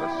The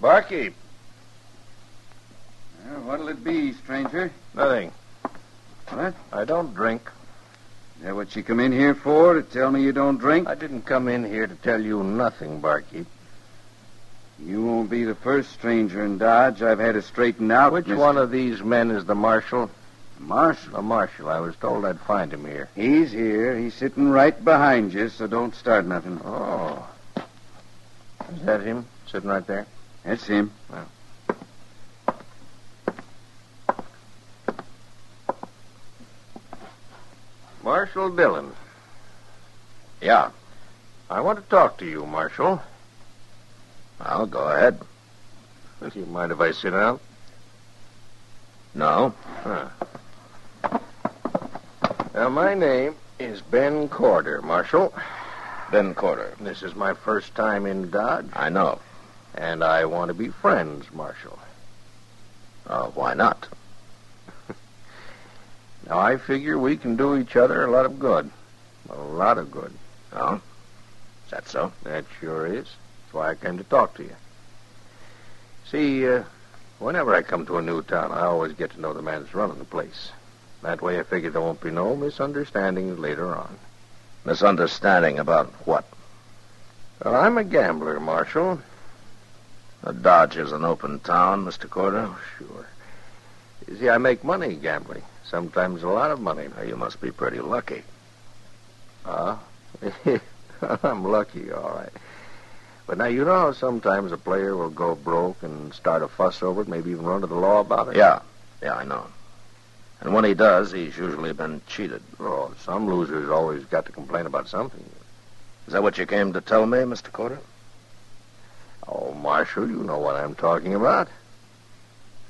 Barkeep. Well, what'll it be, stranger? Nothing. What? I don't drink. Is that what you come in here for? To tell me you don't drink? I didn't come in here to tell you nothing, barkeep. You won't be the first stranger in Dodge I've had to straighten out. Which Mr. one of these men is the marshal? Marshal. The marshal. I was told I'd find him here. He's here. He's sitting right behind you, so don't start nothing. Oh. Is that him sitting right there? That's him. Marshal Dillon. Yeah, I want to talk to you, Marshal. I'll go ahead. Do you mind if I sit down? No, Huh. Now, my name is Ben Corder, Marshal. Ben Corder. This is my first time in Dodge, I know. and I want to be friends, Marshal. Uh, why not? Now, I figure we can do each other a lot of good. A lot of good. Oh, is that so? That sure is. That's why I came to talk to you. See, uh, whenever I come to a new town, I always get to know the man that's running the place. That way, I figure there won't be no misunderstandings later on. Misunderstanding about what? Well, I'm a gambler, Marshal. The Dodge is an open town, Mr. Corder. Oh, sure. You see, I make money gambling. Sometimes a lot of money. You must be pretty lucky. Ah, I'm lucky, all right. But now you know how sometimes a player will go broke and start a fuss over it, maybe even run to the law about it. Yeah, yeah, I know. And when he does, he's usually been cheated. Oh, some loser's always got to complain about something. Is that what you came to tell me, Mr. Corder? Oh, Marshal, you know what I'm talking about.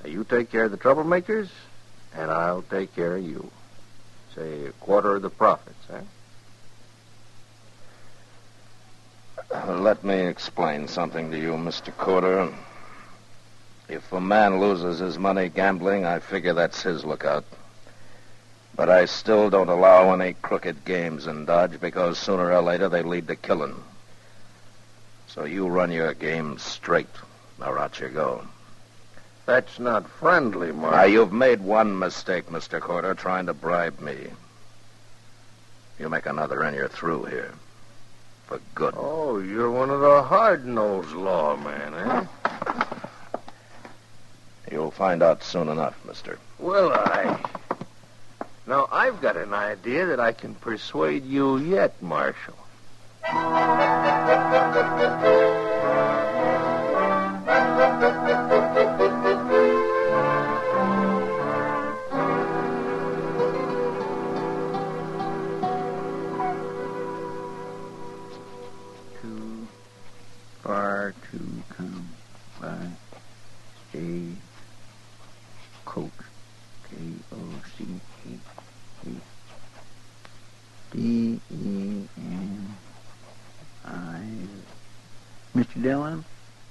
Now, you take care of the troublemakers, and I'll take care of you. Say a quarter of the profits, eh? Let me explain something to you, Mr. Corder. If a man loses his money gambling, I figure that's his lookout. But I still don't allow any crooked games in Dodge because sooner or later they lead to killing. So you run your game straight, or out you go. That's not friendly, Marshal. Now, you've made one mistake, Mr. Corder, trying to bribe me. You make another and you're through here. For good. Oh, you're one of the hard-nosed lawmen, eh? You'll find out soon enough, mister. Well, I. Now, I've got an idea that I can persuade you yet, Marshal. Too far to come by. Stay. Coke. K O C H E. D E N I. Mr. Dillon,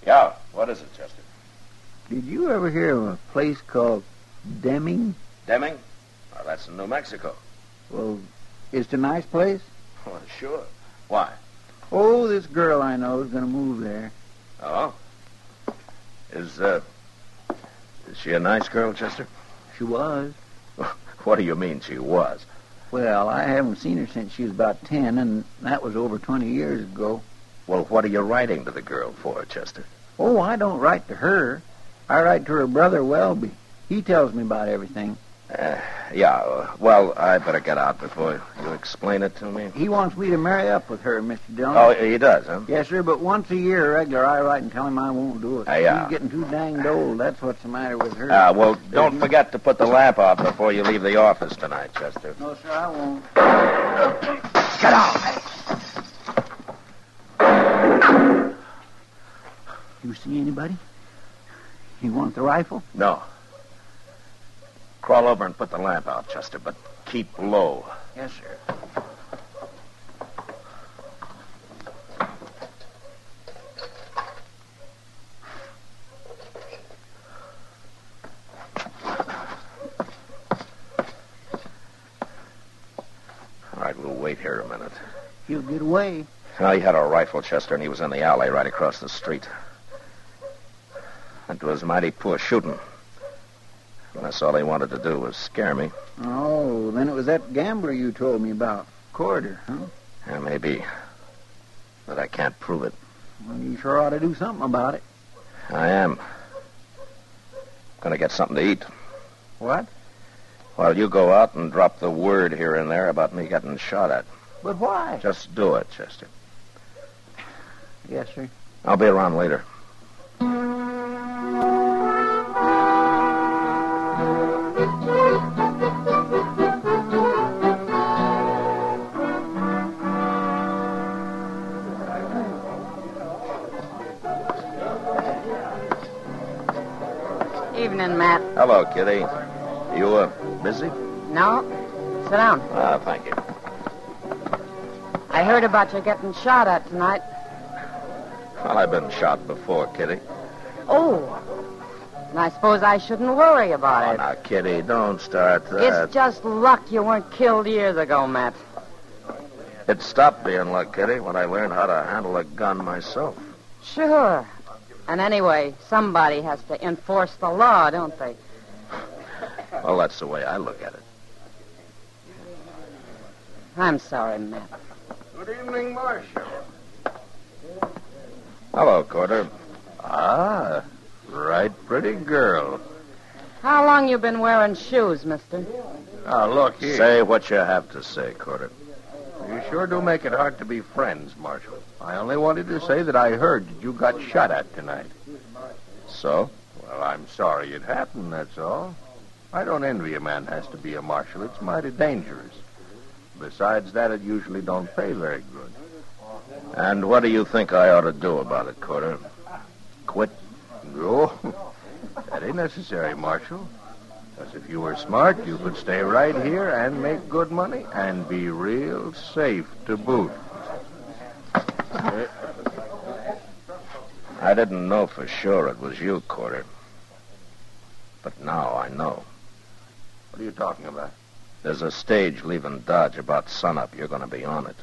Yeah, what is it, Chester? did you ever hear of a place called Deming? Deming? Oh, that's in New Mexico. Well, it's a nice place. Well, sure. Why? Oh, this girl I know is going to move there. Oh? Is, uh. Is she a nice girl, Chester? She was. What do you mean she was? Well, I haven't seen her since she was about ten, and that was over 20 years ago. Well, what are you writing to the girl for, Chester? Oh, I don't write to her. I write to her brother, Welby. He tells me about everything. Yeah, uh, well, I better get out before you explain it to me. He wants me to marry up with her, Mr. Dillon. Oh, he does, huh? Yes, sir, but once a year, regular, I write and tell him I won't do it. Uh, yeah. She's getting too danged old. That's what's the matter with her. Ah, well, don't forget to put the lamp out before you leave the office tonight, Chester. No, sir, I won't. Get out! You see anybody? You want the rifle? No. Crawl over and put the lamp out, Chester, but keep low. Yes, sir. All right, we'll wait here a minute. He'll get away. No, he had a rifle, Chester, and he was in the alley right across the street. It was mighty poor shooting. Unless all he wanted to do was scare me. Oh, then it was that gambler you told me about. Corder, huh? Yeah, maybe. But I can't prove it. Well, you sure ought to do something about it. I am. Gonna get something to eat. What? While you go out and drop the word here and there about me getting shot at. But why? Just do it, Chester. Yes, sir. I'll be around later. Evening, Matt. Hello, Kitty. You, uh, busy? No? Sit down. Ah, thank you. I heard about you getting shot at tonight. Well, I've been shot before, Kitty. Oh. And I suppose I shouldn't worry Oh, about it. now, Kitty, don't start that. It's just luck you weren't killed years ago, Matt. It stopped being luck, Kitty, when I learned how to handle a gun myself. Sure. And anyway, somebody has to enforce the law, don't they? Well, that's the way I look at it. I'm sorry, Matt. Good evening, Marshal. Hello, Corder. Ah, right pretty girl. How long you been wearing shoes, mister? Now, Ah, look here. Say what you have to say, Corder. You sure do make it hard to be friends, Marshal. I only wanted to say that I heard that you got shot at tonight. So? Well, I'm sorry it happened, that's all. I don't envy a man has to be a marshal. It's mighty dangerous. Besides that, it usually don't pay very good. And what do you think I ought to do about it, Corder? Quit? No, that ain't necessary, Marshal. Because if you were smart, you could stay right here and make good money and be real safe to boot. I didn't know for sure it was you, Corder. But now I know. What are you talking about? There's a stage leaving Dodge about sunup. You're going to be on it.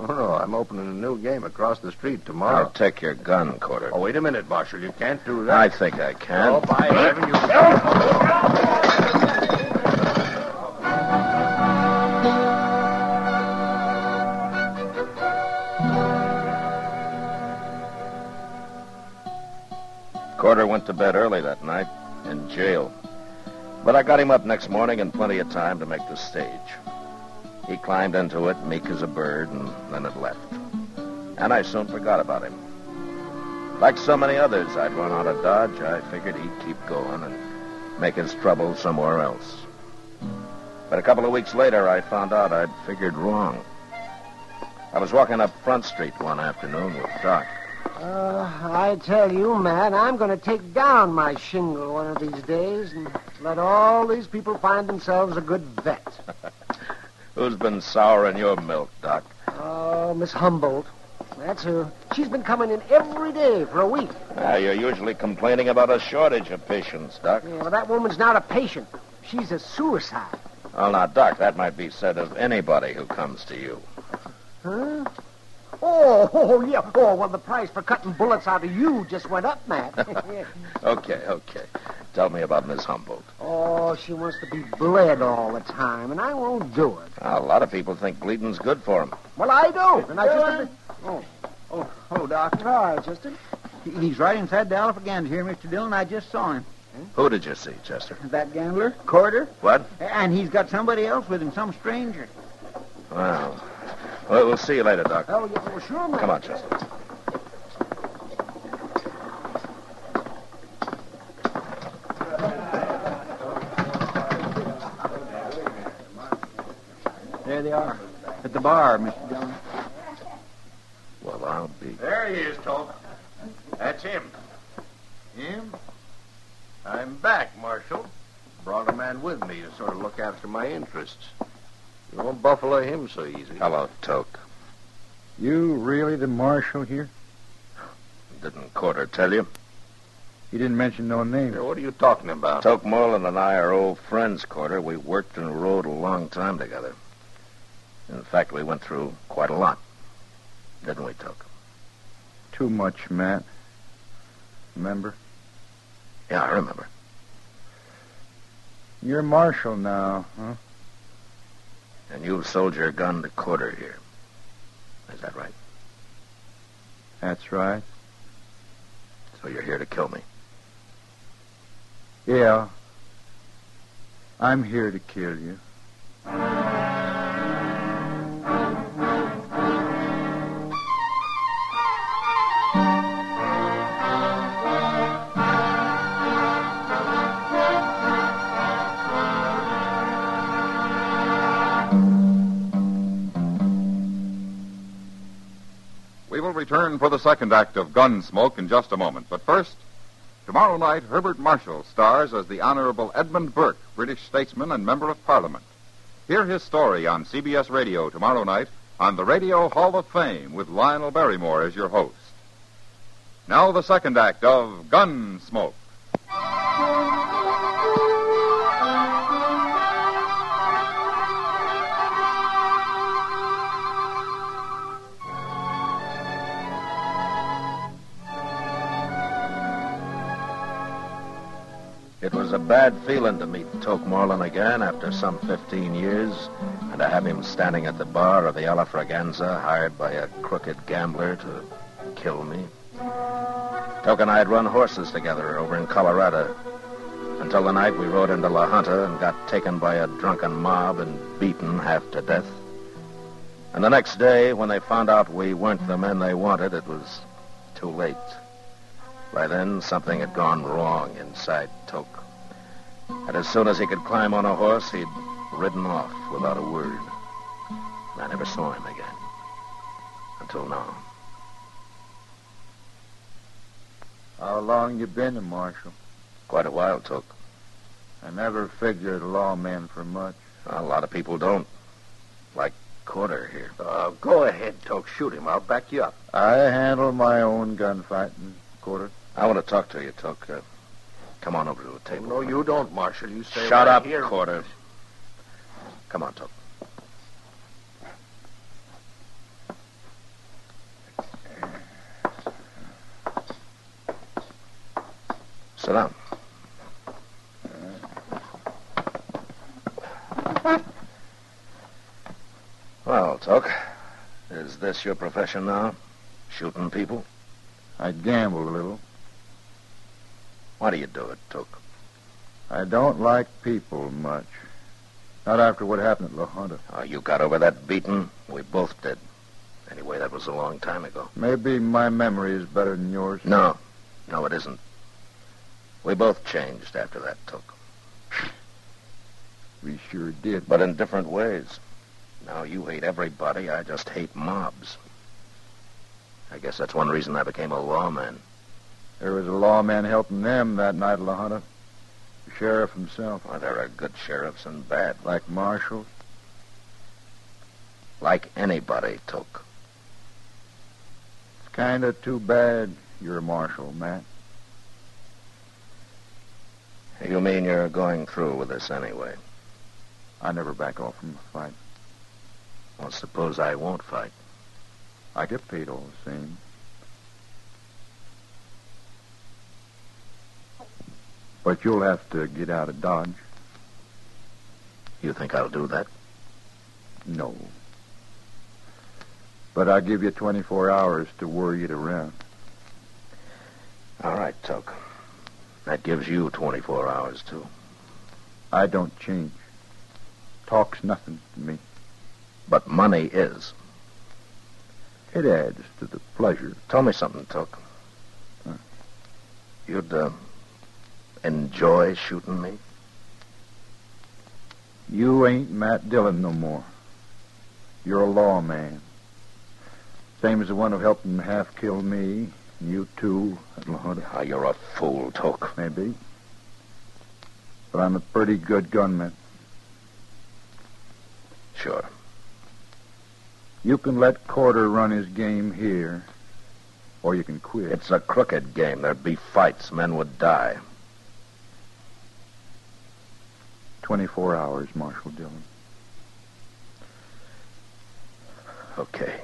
Oh, no, I'm opening a new game across the street I'll tomorrow. take your gun, Corder. Oh, wait a minute, Marshal. You can't do that. I think I can. Oh, by heaven, you... Corder went to bed early that night in jail. But I got him up next morning in plenty of time to make the stage. He climbed into it, meek as a bird, and then it left. And I soon forgot about him. Like so many others I'd run out of Dodge, I figured he'd keep going and make his trouble somewhere else. But a couple of weeks later, I found out I'd figured wrong. I was walking up Front Street one afternoon with Doc. Uh, I tell you, Matt, I'm going to take down my shingle one of these days and let all these people find themselves a good vet. Who's been souring your milk, Doc? Oh, Miss Humboldt. That's her. She's been coming in every day for a week. Ah, you're usually complaining about a shortage of patients, Doc. Yeah, well, that woman's not a patient. She's a suicide. Well, now, Doc, that might be said of anybody who comes to you. Huh? Oh, oh, yeah. Oh, well, the price for cutting bullets out of you just went up, Matt. Okay, okay. Tell me about Miss Humboldt. Oh, she wants to be bled all the time, and I won't do it. Ah, A lot of people think bleeding's good for 'em. Well, I don't, and I just... Oh, oh, Doc. Right, Chester. He- He's right inside the Alphagan's here, Mr. Dillon. I just saw him. Who did you see, Chester? That gambler, Corder. What? And he's got somebody else with him, some stranger. Well, well we'll see you later, Doc. Oh, yeah, well, sure, man. Come on, Chester. There they are. At the bar, Mr. Dillon. Well, I'll be. There he is, Tom. That's him. Jim? I'm back, Marshal. Brought a man with me to sort of look after my interests. You won't buffalo him so easy. Hello, Toke. You really the marshal here? Didn't Corder tell you? He didn't mention no name. Here, what are you talking about? Toke Moreland and I are old friends, Corder. We worked and rode a long time together. In fact, we went through quite a lot. Didn't we, Toke? Too much, Matt. Remember? Yeah, I remember. You're marshal now, huh? And you've sold your gun to Corder here. Is that right? That's right. So you're here to kill me? Yeah. I'm here to kill you. We will return for the second act of Gunsmoke in just a moment. But first, tomorrow night, Herbert Marshall stars as the Honorable Edmund Burke, British statesman and member of Parliament. Hear his story on CBS Radio tomorrow night on the Radio Hall of Fame with Lionel Barrymore as your host. Now, the second act of Gunsmoke. It was a bad feeling to meet Toke Moreland again after some 15 years, and to have him standing at the bar of the Ala Fraganza, hired by a crooked gambler to kill me. Toke and I had run horses together over in Colorado. Until the night we rode into La Junta and got taken by a drunken mob and beaten half to death. And the next day, when they found out we weren't the men they wanted, it was too late. By then, something had gone wrong inside Toke. And as soon as he could climb on a horse, he'd ridden off without a word. And I never saw him again. Until now. How long you been a marshal? Quite a while, Toke. I never figured a lawman for much. A lot of people don't. Like Corder here. Uh, go ahead, Toke. Shoot him. I'll back you up. I handle my own gunfighting, Quarter. I want to talk to you, Toke. Uh, come on over to the table. no, you don't, Marshal. You stay Shut right up, here. Corder. Come on, Toke. Sit down. Well, Toke, is this your profession now? Shooting people? I gamble a little. Why do you do it, Toke? I don't like people much. Not after what happened at La Junta. Oh, you got over that beating? We both did. Anyway, that was a long time ago. Maybe my memory is better than yours. No, no, it isn't. We both changed after that, Toke, We sure did. but in different ways. Now you hate everybody. I just hate mobs. I guess that's one reason I became a lawman. There was a lawman helping them that night at La Junta. The sheriff himself, Well, there are good sheriffs and bad, like marshals. like anybody, Toke. It's kind of too bad you're a marshal, Matt. You mean you're going through with this anyway? I never back off from a fight. Well, suppose I won't fight. I get paid all the same. But you'll have to get out of Dodge. You think I'll do that? No. But I'll give you 24 hours to worry it around. All right, Tuck. That gives you 24 hours, too. I don't change. Talk's nothing to me. But money is. It adds to the pleasure. Tell me something, Tuck. Huh? You'd uh, enjoy shooting me? You ain't Matt Dillon no more. You're a lawman. Same as the one who helped him half kill me, and you too, at Lahada. Ah, you're a fool, Tuck. Maybe. But I'm a pretty good gunman. Sure. You can let Corder run his game here, or you can quit. It's a crooked game. There'd be fights. Men would die. 24 hours, Marshal Dillon. Okay.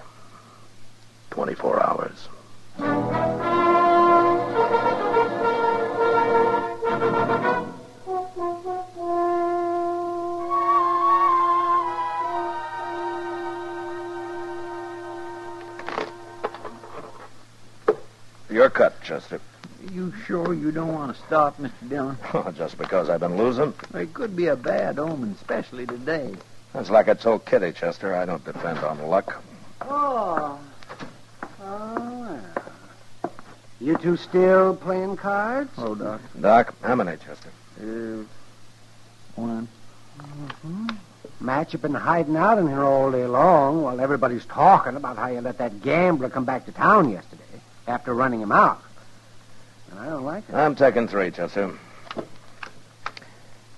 24 hours. Your cut, Chester. You sure you don't want to stop, Mr. Dillon? Oh, Just because I've been losing? It could be a bad omen, especially today. That's like I told Kitty, Chester. I don't depend on luck. Oh. Oh, well. You two still playing cards? Oh, Doc. Doc, how many, Chester? Uh, one. Matt, you've been hiding out in here all day long while everybody's talking about how you let that gambler come back to town yesterday after running him out. And I don't like it. I'm taking three, Chester.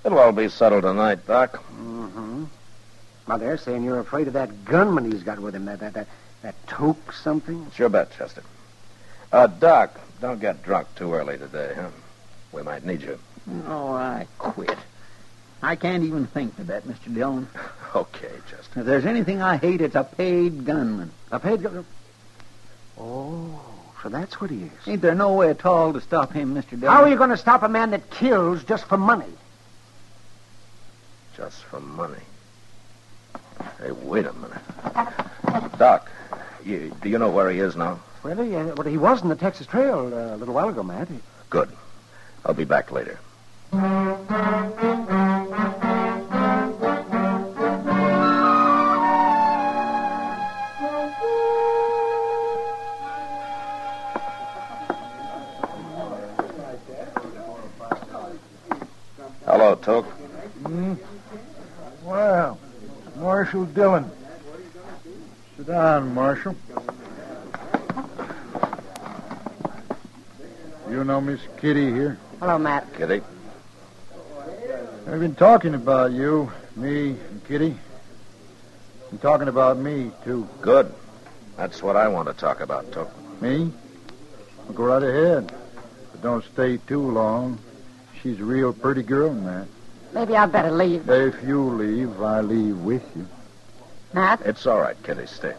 It'll all be settled tonight, Doc. Mm-hmm. Well, they're saying you're afraid of that gunman he's got with him, that, that, that, that toke something. It's your bet, Chester. Uh, Doc, don't get drunk too early today, huh? We might need you. Oh, I quit. I can't even think to bet, Mr. Dillon. Okay, Chester. If there's anything I hate, it's a paid gunman. A paid gun... Oh, so that's what he is. Ain't there no way at all to stop him, Mr. Dillon? How are you going to stop a man that kills just for money? Just for money. Hey, wait a minute. Doc, you, do you know where he is now? Well, he, uh, well, he was in the Texas Trail uh, a little while ago, Matt. He- Good. I'll be back later. Hello, Toke. Well, Marshal Dillon. Sit down, Marshal. You know Miss Kitty here? Hello, Matt. Kitty? They've been talking about you, me, and Kitty. And talking about me, too. Good. That's what I want to talk about, Toke. Me? Well, go right ahead. But don't stay too long. She's a real pretty girl, man. Maybe I'd better leave. If you leave, I leave with you. Matt? It's all right, Kitty. Stay.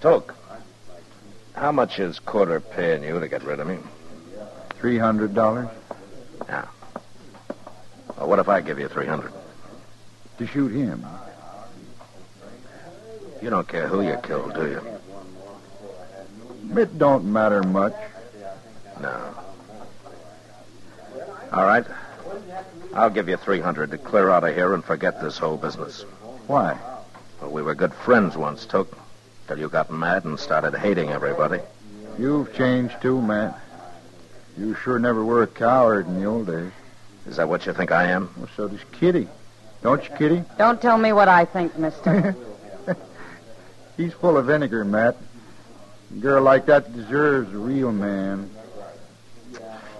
Toke, how much is Quarter paying you to get rid of me? Three hundred dollars Or what if I give you 300? to shoot him. You don't care who you kill, do you? It don't matter much. No. All right. I'll give you 300 to clear out of here and forget this whole business. Why? Well, we were good friends once, Took, till you got mad and started hating everybody. You've changed too, Matt. You sure never were a coward in the old days. Is that what you think I am? Well, so does Kitty. Don't you, Kitty? Don't tell me what I think, mister. He's full of vinegar, Matt. A girl like that deserves a real man.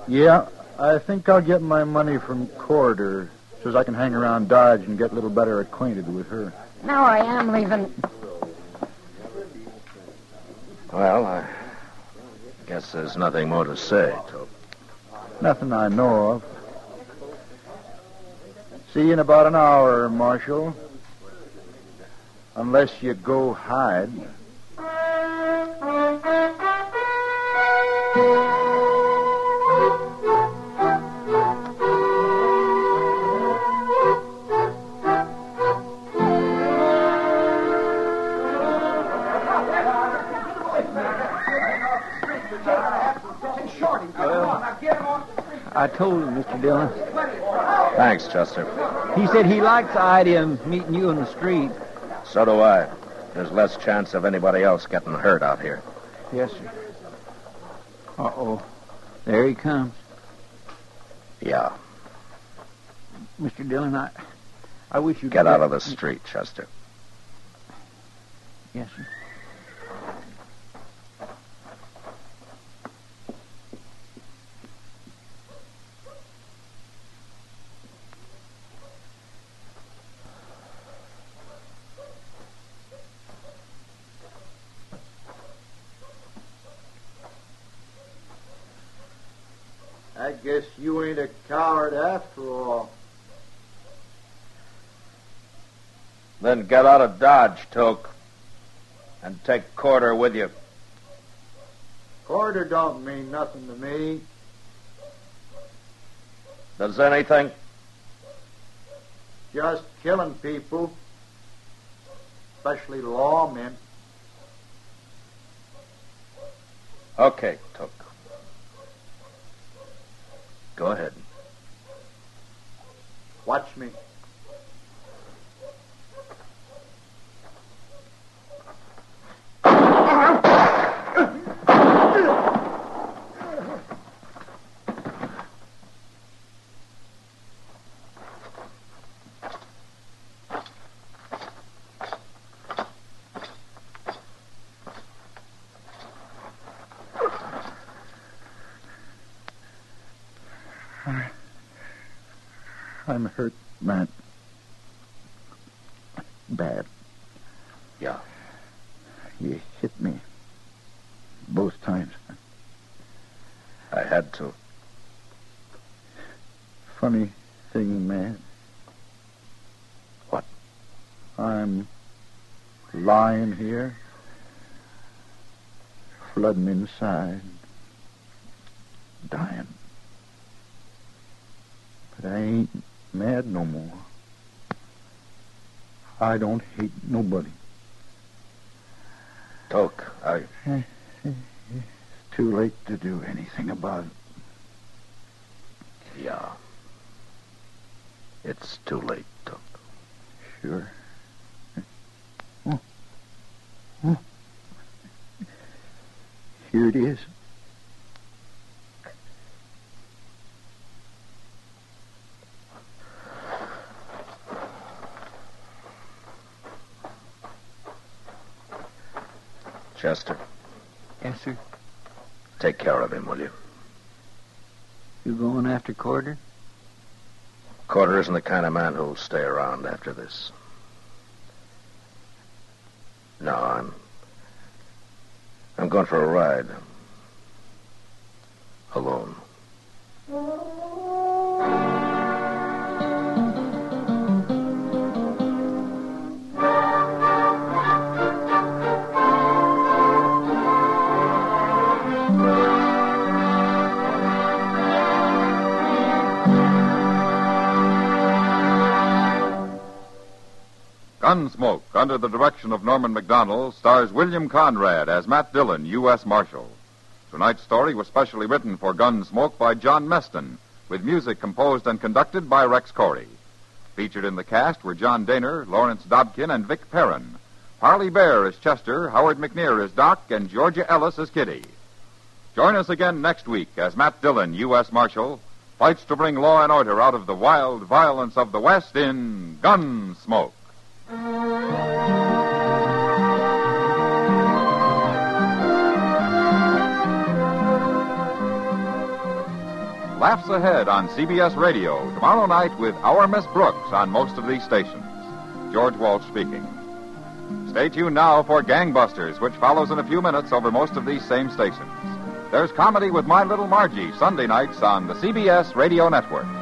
Yeah, I think I'll get my money from Corder, so's I can hang around Dodge and get a little better acquainted with her. now I am leaving. Well, I guess there's nothing more to say, Took. Nothing I know of. See you in about an hour, Marshal. Unless you go hide. Thank you. I told him, Mr. Dillon. Thanks, Chester. He said he likes the idea of meeting you in the street. So do I. There's less chance of anybody else getting hurt out here. Yes, sir. Uh-oh. There he comes. Yeah. Mr. Dillon, I, I wish you Get out of the street, Chester. Yes, sir. I guess you ain't a coward after all. Then get out of Dodge, Toke. And take Corder with you. Quarter don't mean nothing to me. Does anything? Just killing people, especially lawmen. Okay, Toke. Go ahead. Watch me. I'm hurt, Matt. Bad. Yeah. You hit me. Both times. I had to. Funny thing, man. What? I'm lying here. Flooding inside. Dying. But I ain't mad no more. I don't hate nobody. Toke, I. Too late to do anything about it. Yeah. It's too late, Toke. Sure. Here it is. Chester, Yes, sir. take care of him, will you? You going after Corder? Corder isn't the kind of man who'll stay around after this. No, I'm. I'm going for a ride. Alone. Gunsmoke, under the direction of Norman McDonald, stars William Conrad as Matt Dillon, U.S. Marshal. Tonight's story was specially written for Gunsmoke by John Meston, with music composed and conducted by Rex Corey. Featured in the cast were John Daner, Lawrence Dobkin, and Vic Perrin. Harley Bear is Chester, Howard McNear is Doc, and Georgia Ellis is Kitty. Join us again next week as Matt Dillon, U.S. Marshal, fights to bring law and order out of the wild violence of the West in Gunsmoke. Laughs Ahead on CBS Radio tomorrow night with Our Miss Brooks on most of these stations. George Walsh speaking. Stay tuned now for Gangbusters, which follows in a few minutes over most of these same stations. There's comedy with My Little Margie Sunday nights on the CBS Radio Network.